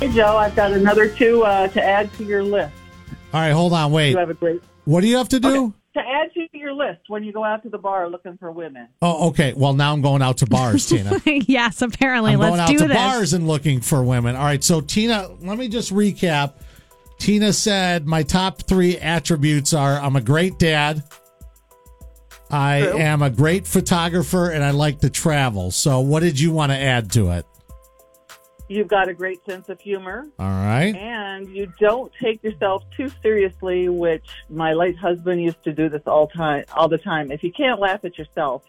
Hey, Joe, I've got another two uh, to add to your list. All right, hold on, wait. You have a great. What do you have to do? To add to your list when you go out to the bar looking for women. Oh, okay. Well, now I'm going out to bars, Tina. yes, apparently. I'm Let's going out do to this. bars and looking for women. All right, so Tina, let me just recap. Tina said my top three attributes are I'm a great dad, I True. am a great photographer, and I like to travel. So, what did you want to add to it? You've got a great sense of humor, All right. and you don't take yourself too seriously, which my late husband used to do this all time, all the time. If you can't laugh at yourself,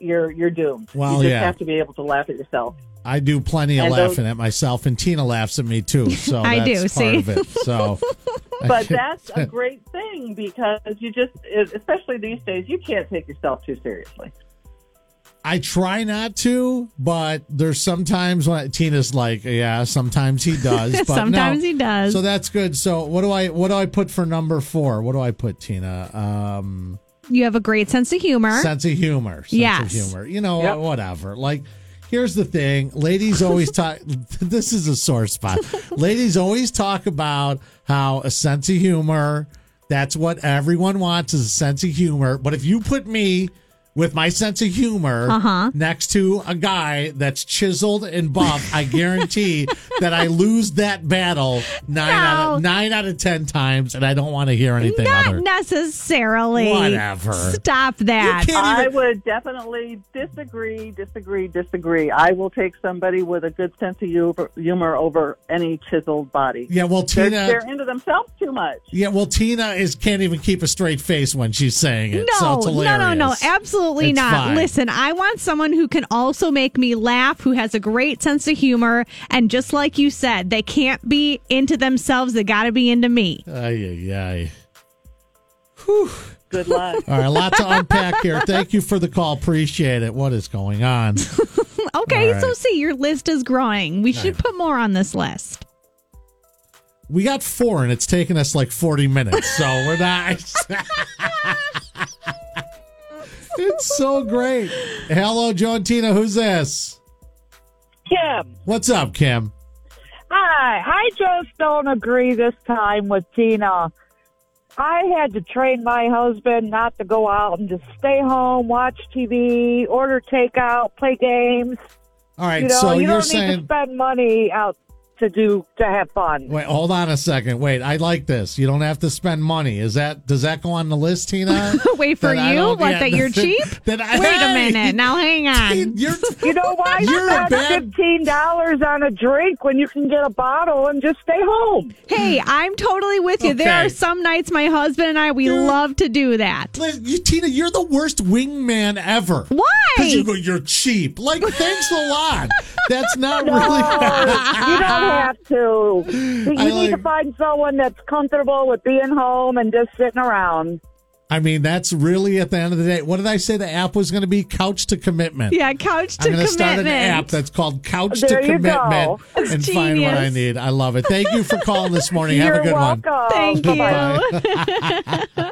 you're you're doomed. Well, you just yeah. have to be able to laugh at yourself. I do plenty of And those- laughing at myself, and Tina laughs at me too. So I that's do, part see? of it. So, But that's a great thing because you just, especially these days, you can't take yourself too seriously. I try not to, but there's sometimes when Tina's like, yeah, sometimes he does, but no. Sometimes he does. So that's good. So what do I what do I put for number four? What do I put, Tina? Um, You have a great sense of humor. sense of humor. Sense Yes. of humor. You know, Yep. whatever. Like, here's the thing. Ladies always talk this is a sore spot. Ladies always talk about how a sense of humor, that's what everyone wants is a sense of humor. But if you put me with my sense of humor Uh-huh. next to a guy that's chiseled and buff, I guarantee that I lose that battle nine out of No. nine out of ten times, and I don't want to hear anything Not other. necessarily. Whatever. Stop that. You can't even- I would definitely disagree, disagree, disagree. I will take somebody with a good sense of humor, humor over any chiseled body. Yeah, well, They're, Tina, they're into themselves too much. Yeah, well, Tina is can't even keep a straight face when she's saying it. so No, it's no, no, no, hilarious. absolutely It's not. fine. Listen, I want someone who can also make me laugh, who has a great sense of humor, and just like you said, they can't be into themselves, they got to be into me. Ay, ay, ay. Good luck. All right, a lot to unpack here. Thank you for the call. Appreciate it. What is going on? Okay, All right. so see, your list is growing. We should put more on this list. We got four, and it's taken us like 40 minutes, so we're not. it's so great. Hello, Joe and Tina. Who's this? Kim. What's up, Kim? Hi. I just don't agree this time with Tina. I had to train my husband not to go out and just stay home, watch TV, order takeout, play games. All right, You know, so you you're don't need to saying. spend money out to do to have fun. Wait, hold on a second. Wait, I like this. You don't have to spend money. Is that does that go on the list, Tina? Wait for That I you? don't- What, yeah, that you're that- cheap? that I- Wait a Hey! minute. Now hang on. You're You know why You're a spend bad- fifteen dollars on a drink when you can get a bottle and just stay home? Hey, I'm totally with you. There Mm. Okay. are some nights my husband and I, we You're- love to do that. Listen, you, Tina, you're the worst wingman ever. Why? Because you go, you're cheap. Like, thanks a lot. That's not you really. don't have to. You Oh. I need to like- find someone that's comfortable with being home and just sitting around. I mean, that's really at the end of the day. What did I say the app was going to be? Couch to commitment. Yeah, couch to I'm going to commitment. start an app that's called Couch There to you go. Commitment and find what I genius. need. I love it. Thank you for calling this morning. Have You're a good welcome. one. Thank you. Bye-bye.